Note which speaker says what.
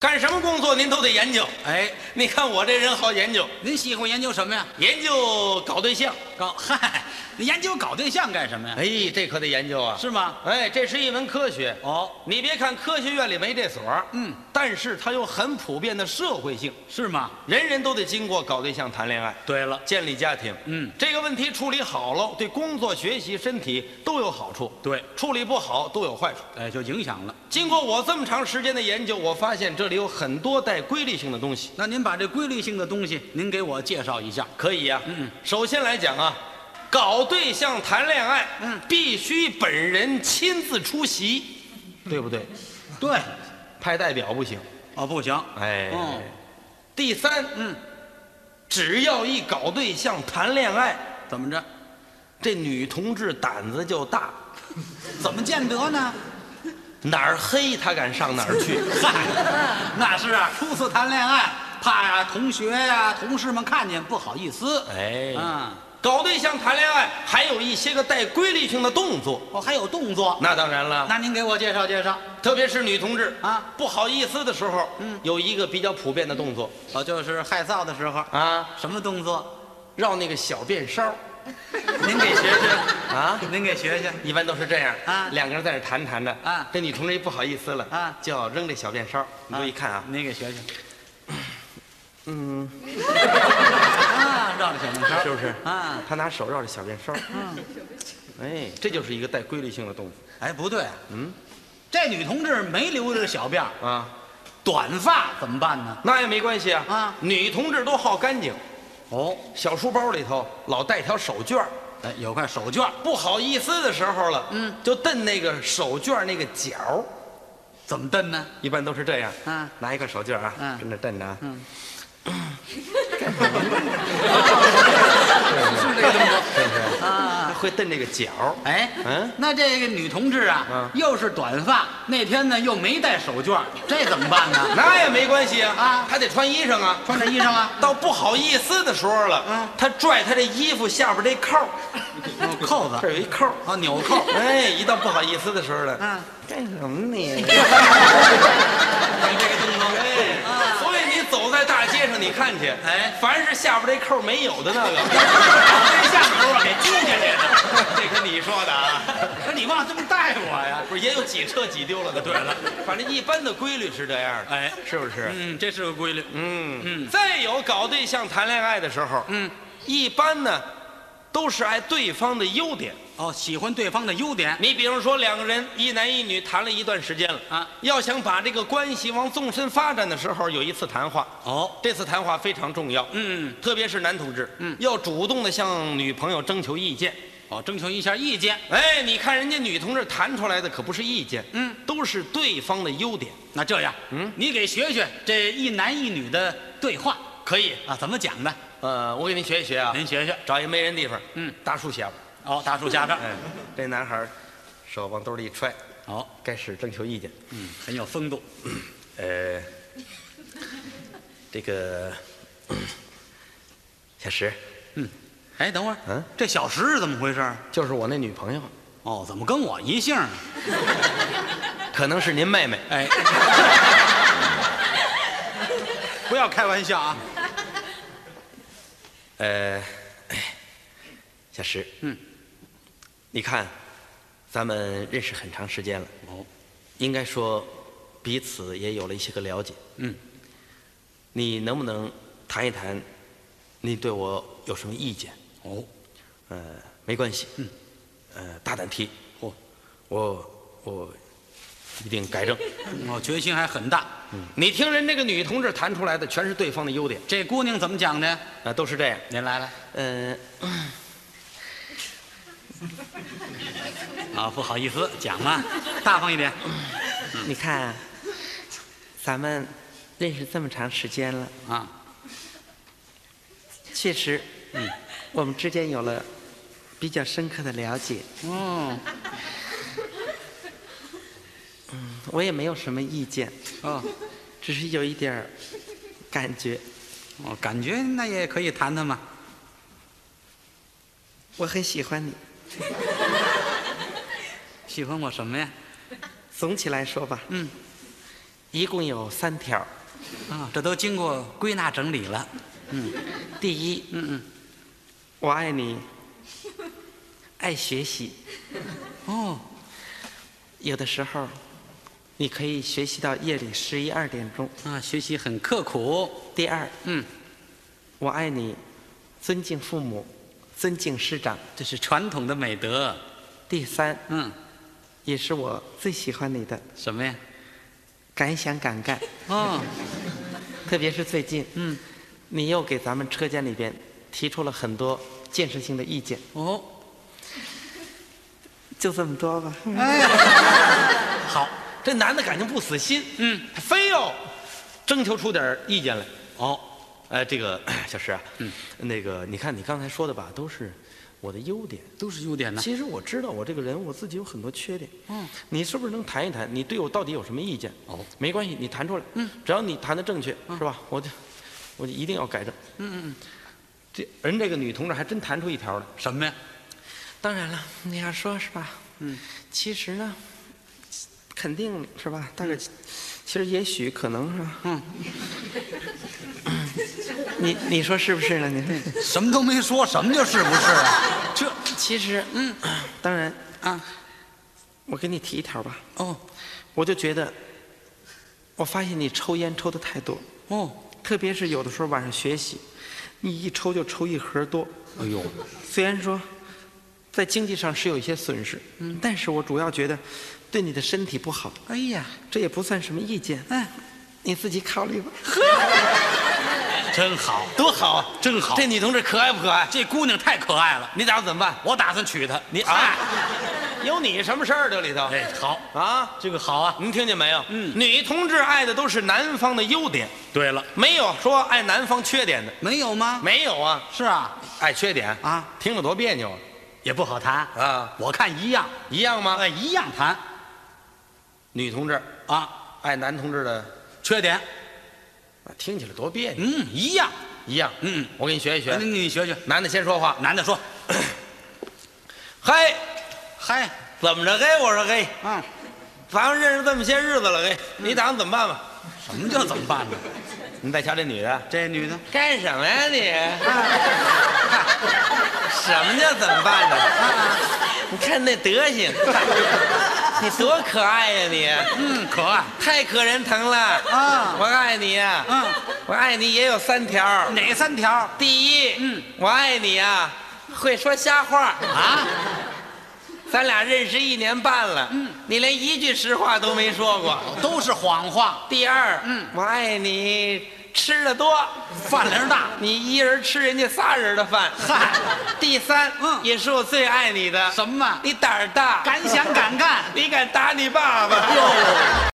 Speaker 1: 干什么工作您都得研究。
Speaker 2: 哎，
Speaker 1: 你看我这人好研究，
Speaker 2: 您喜欢研究什么呀？
Speaker 1: 研究搞对象。
Speaker 2: 搞嗨，你研究搞对象干什么呀？
Speaker 1: 哎，这可得研究啊！
Speaker 2: 是吗？
Speaker 1: 哎，这是一门科学。
Speaker 2: 哦，
Speaker 1: 你别看科学院里没这所儿，
Speaker 2: 嗯，
Speaker 1: 但是它有很普遍的社会性，
Speaker 2: 是吗？
Speaker 1: 人人都得经过搞对象谈恋爱，
Speaker 2: 对了，
Speaker 1: 建立家庭。
Speaker 2: 嗯，
Speaker 1: 这个问题处理好喽，对工作、学习、身体都有好处；
Speaker 2: 对，
Speaker 1: 处理不好都有坏处。
Speaker 2: 哎，就影响了。
Speaker 1: 经过我这么长时间的研究，我发现这里有很多带规律性的东西。
Speaker 2: 那您把这规律性的东西，您给我介绍一下。
Speaker 1: 可以呀、啊
Speaker 2: 嗯，
Speaker 1: 首先来讲啊，搞对象谈恋爱，
Speaker 2: 嗯
Speaker 1: 必须本人亲自出席，对不对？
Speaker 2: 对，
Speaker 1: 派代表不行。
Speaker 2: 哦，不行，
Speaker 1: 哎，
Speaker 2: 哦
Speaker 1: 第三，
Speaker 2: 嗯，
Speaker 1: 只要一搞对象谈恋爱，
Speaker 2: 怎么着？
Speaker 1: 这女同志胆子就大，
Speaker 2: 怎么见得呢？
Speaker 1: 哪儿黑她敢上哪儿 去。
Speaker 2: 嗨，那是啊，初次谈恋爱，怕呀、同学呀、同事们看见不好意思。
Speaker 1: 哎，
Speaker 2: 啊，
Speaker 1: 搞对象谈恋爱还有一些个带规律性的动作，
Speaker 2: 哦，还有动作，
Speaker 1: 那当然了。
Speaker 2: 那您给我介绍介绍。
Speaker 1: 特别是女同志
Speaker 2: 啊，
Speaker 1: 不好意思的时候，
Speaker 2: 嗯
Speaker 1: 有一个比较普遍的动作
Speaker 2: 哦，就是害臊的时候，
Speaker 1: 啊，
Speaker 2: 什么动作？
Speaker 1: 绕那个小便梢
Speaker 2: 您给学学，
Speaker 1: 啊，
Speaker 2: 您给学学。
Speaker 1: 一般都是这样
Speaker 2: 啊
Speaker 1: 两个人在那谈谈着
Speaker 2: 啊
Speaker 1: 这女同志一不好意思了
Speaker 2: 啊
Speaker 1: 就要扔这小便梢，你注意看啊，
Speaker 2: 您给学学。嗯，啊，绕着小门
Speaker 1: 是不是？
Speaker 2: 啊，
Speaker 1: 她拿手绕着小便梢，哎，这就是一个带规律性的动作
Speaker 2: 哎，不对、嗯，这女同志没留着小辫儿，
Speaker 1: 啊，
Speaker 2: 短发怎么办呢？
Speaker 1: 那也没关系啊
Speaker 2: 啊
Speaker 1: 女同志都好干净，
Speaker 2: 哦，
Speaker 1: 小书包里头老带条手绢儿
Speaker 2: 哎，有块手绢儿，
Speaker 1: 不好意思的时候了，
Speaker 2: 嗯，
Speaker 1: 就蹬那个手绢儿那个角儿。
Speaker 2: 怎么蹬呢？
Speaker 1: 一般都是这样，
Speaker 2: 嗯
Speaker 1: 拿一个手绢啊，
Speaker 2: 嗯
Speaker 1: 跟着蹬着啊，
Speaker 2: 是这个动作。
Speaker 1: 是不是？
Speaker 2: 啊，
Speaker 1: 会蹬这个脚，
Speaker 2: 哎，
Speaker 1: 嗯
Speaker 2: 那这个女同志啊，
Speaker 1: 嗯
Speaker 2: 又是短发，那天呢又没带手绢儿，这怎么办 呢？
Speaker 1: 那也没关系啊，
Speaker 2: 啊
Speaker 1: 还得穿衣裳啊。
Speaker 2: 穿着衣裳 啊，
Speaker 1: 到不好意思的时候了，
Speaker 2: 嗯
Speaker 1: 他拽他这衣服下边这扣儿，
Speaker 2: 哦扣
Speaker 1: 这
Speaker 2: 子
Speaker 1: 儿有一扣儿，
Speaker 2: 啊，纽 扣，
Speaker 1: 哎，一到不好意思的时候了，
Speaker 2: 嗯，
Speaker 1: 干什么 你？
Speaker 2: 你这个动作，
Speaker 1: 哎，所以你走在大街上，你看去，
Speaker 2: 嗯哎
Speaker 1: 凡是下边这扣儿没有 的那个，这下头啊给揪下去了。这可你说的 啊，
Speaker 2: 可你忘了这么带我呀？
Speaker 1: 不是也有几车几丢了的？对了，反正一般的规律是这样的，
Speaker 2: 哎
Speaker 1: 是不是？
Speaker 2: 嗯，这是个规律。
Speaker 1: 嗯
Speaker 2: 嗯
Speaker 1: 再有搞对象谈恋爱的时候，
Speaker 2: 嗯，
Speaker 1: 一般呢都是爱对方的优点。
Speaker 2: 哦，喜欢对方的优点。
Speaker 1: 你比如说，两个人一男一女谈了一段时间了
Speaker 2: 啊，
Speaker 1: 要想把这个关系往纵深发展的时候，有一次谈话，
Speaker 2: 哦，
Speaker 1: 这次谈话非常重要，
Speaker 2: 嗯，
Speaker 1: 特别是男同志，
Speaker 2: 嗯
Speaker 1: 要主动的向女朋友征求意见。
Speaker 2: 哦，征求一下意见。
Speaker 1: 哎，你看人家女同志谈出来的可不是意见，
Speaker 2: 嗯，
Speaker 1: 都是对方的优点。
Speaker 2: 那这样，
Speaker 1: 嗯，
Speaker 2: 你给学学这一男一女的对话
Speaker 1: 可以，
Speaker 2: 啊，怎么讲的？
Speaker 1: 呃，我给您学一学啊，
Speaker 2: 您学学。
Speaker 1: 找一没人地方，
Speaker 2: 哎嗯，
Speaker 1: 大树下边。
Speaker 2: 哦，大树下边。
Speaker 1: 哎，这男孩儿手往兜里一揣，
Speaker 2: 哦，
Speaker 1: 开始征求意见。
Speaker 2: 嗯，很有风度。
Speaker 1: 呃，这个小石
Speaker 2: 哎，等会儿，
Speaker 1: 嗯，
Speaker 2: 这小石是怎么回事？
Speaker 1: 就是我那女朋友，
Speaker 2: 哦，怎么跟我一姓呢？
Speaker 1: 可能是您妹妹。
Speaker 2: 哎，不要开玩笑啊！
Speaker 1: 呃，哎小石，
Speaker 2: 嗯，
Speaker 1: 你看，咱们认识很长时间了，
Speaker 2: 哦，
Speaker 1: 应该说彼此也有了一些个了解。
Speaker 2: 嗯，
Speaker 1: 你能不能谈一谈，你对我有什么意见？
Speaker 2: 哦，
Speaker 1: 呃，没关系，嗯，呃，大胆提，
Speaker 2: 嚯，
Speaker 1: 我我一定改正。
Speaker 2: 哦，决心还很大。
Speaker 1: 你听人这个女同志谈出来的全是对方的优点，
Speaker 2: 这姑娘怎么讲的？
Speaker 1: 啊、都是这样。
Speaker 2: 您来来。
Speaker 1: 呃，
Speaker 2: 啊，不好意思，讲啊，大方一点。
Speaker 1: 你看，咱们认识这么长时间了，
Speaker 2: 啊，
Speaker 1: 确实，嗯，我们之间有了比较深刻的了解。
Speaker 2: 嗯，
Speaker 1: 我也没有什么意见，
Speaker 2: 哦，
Speaker 1: 只是有一点儿感觉，
Speaker 2: 哦，感觉那也可以谈谈嘛。
Speaker 1: 我很喜欢你。
Speaker 2: 喜欢我什么呀？
Speaker 1: 总体来说吧，
Speaker 2: 嗯，
Speaker 3: 一共有三条。
Speaker 2: 啊，这都经过归纳整理了。
Speaker 3: 第一，嗯嗯，我爱你，爱学习，
Speaker 2: 哦，
Speaker 3: 有的时候你可以学习到夜里十一二点钟。
Speaker 2: 啊，学习很刻苦。
Speaker 3: 第二，
Speaker 2: 嗯，
Speaker 3: 我爱你，尊敬父母，尊敬师长。
Speaker 2: 这是传统的美德。
Speaker 3: 第三，
Speaker 2: 嗯，
Speaker 3: 也是我最喜欢你的，
Speaker 2: 什么呀？
Speaker 3: 敢想敢 干，
Speaker 2: 哦，
Speaker 3: 特别是最近，
Speaker 2: 嗯，
Speaker 3: 你又给咱们车间里边提出了很多建设性的意见，
Speaker 2: 哦，
Speaker 3: 就这么多吧。
Speaker 1: 好，这男的感情不死心，嗯，非要征求出点意见来。
Speaker 2: 哦，
Speaker 1: 哎，这个 小石啊，嗯，那个你看你刚才说的吧，都是我的优点。
Speaker 2: 都是优点呢。
Speaker 1: 其实我知道我这个人我自己有很多缺点，嗯，你是不是能谈一谈？你对我到底有什么意见？
Speaker 2: 哦，
Speaker 1: 没关系，你谈出来，嗯，只要你谈的正确，是吧？我就我就一定要改正，嗯嗯嗯。这人这个女同志还真谈出一条来，
Speaker 2: 什么呀？
Speaker 3: 当然了，你要说是吧？嗯，其实呢，肯定是吧？大概其，其实也许可能是吧？嗯，你你说是不是呢？你说，
Speaker 2: 什么都没说，什么就是不是啊？这
Speaker 3: 其实嗯，当然，
Speaker 2: 啊，
Speaker 3: 我给你提一条吧。
Speaker 2: 哦
Speaker 3: 我就觉得，我发现你抽烟抽的太多，
Speaker 2: 哦，
Speaker 3: 特别是有的时候晚上学习，你一抽就抽一盒多。
Speaker 2: 哎呦，
Speaker 3: 虽然说在经济上是有一些损失，嗯，但是我主要觉得对你的身体不好。
Speaker 2: 哎呀，
Speaker 3: 这也不算什么意见，
Speaker 2: 哎，
Speaker 3: 你自己考虑吧。
Speaker 2: 真好，
Speaker 1: 多好啊！
Speaker 2: 真好。
Speaker 1: 这女同志可爱不可爱？
Speaker 2: 这姑娘太可爱了，
Speaker 1: 你打算怎么办？
Speaker 2: 我打算娶她。
Speaker 1: 你啊，有你什么事儿这里头？
Speaker 2: 哎，好，
Speaker 1: 啊，
Speaker 2: 这个好啊。
Speaker 1: 您听见没有？嗯，女同志爱的都是男方的优点，
Speaker 2: 对了，
Speaker 1: 没有说爱男方缺点的，
Speaker 2: 没有吗？
Speaker 1: 没有啊，
Speaker 2: 是啊，
Speaker 1: 爱缺点
Speaker 2: 啊，
Speaker 1: 听着多别扭啊
Speaker 2: 也不好谈。
Speaker 1: 啊，
Speaker 2: 我看一样，
Speaker 1: 一样吗？
Speaker 2: 哎，一样谈
Speaker 1: 女同志
Speaker 2: 啊。
Speaker 1: 爱男同志的，
Speaker 2: 缺点，
Speaker 1: 啊听起来多别扭，
Speaker 2: 嗯，一样。
Speaker 1: 一样。
Speaker 2: 嗯，
Speaker 1: 我给你学一
Speaker 2: 那
Speaker 1: 学，
Speaker 2: 你学学，
Speaker 1: 男的先说话，
Speaker 2: 男的说，
Speaker 1: 嘿，
Speaker 2: 嗨，
Speaker 1: 怎么着？嘿，我说嘿，
Speaker 2: 啊，
Speaker 1: 咱们认识这么些日子了，嘿，你打算怎么办吧？
Speaker 2: 什么叫怎么办呢？
Speaker 1: 嗯你再瞧这女的，啊
Speaker 2: 这女的，
Speaker 1: 干什么呀你？ 什么叫怎么办呢？你看那德 行，你多可爱呀、你！
Speaker 2: 嗯，可爱。
Speaker 1: 太可人疼了
Speaker 2: 啊
Speaker 1: 我爱你呀、
Speaker 2: 嗯，
Speaker 1: 我爱你也有三条。
Speaker 2: 哪三条
Speaker 1: 第一，
Speaker 2: 嗯，
Speaker 1: 我爱你呀、会说瞎话。
Speaker 2: 啊？
Speaker 1: 咱俩认识一年半了，嗯，你连一句实话都没说过。
Speaker 3: 嗯
Speaker 2: 都是谎话，
Speaker 1: 第二，嗯，我爱你吃的多，
Speaker 2: 饭量大。
Speaker 1: 你一人吃人家仨人的饭。
Speaker 2: 嗨，
Speaker 1: 第三，
Speaker 2: 嗯
Speaker 1: 也是我最爱你的，
Speaker 2: 什么？
Speaker 1: 你胆儿大，
Speaker 2: 敢想敢干。
Speaker 1: 你敢打你爸爸？
Speaker 2: 哟，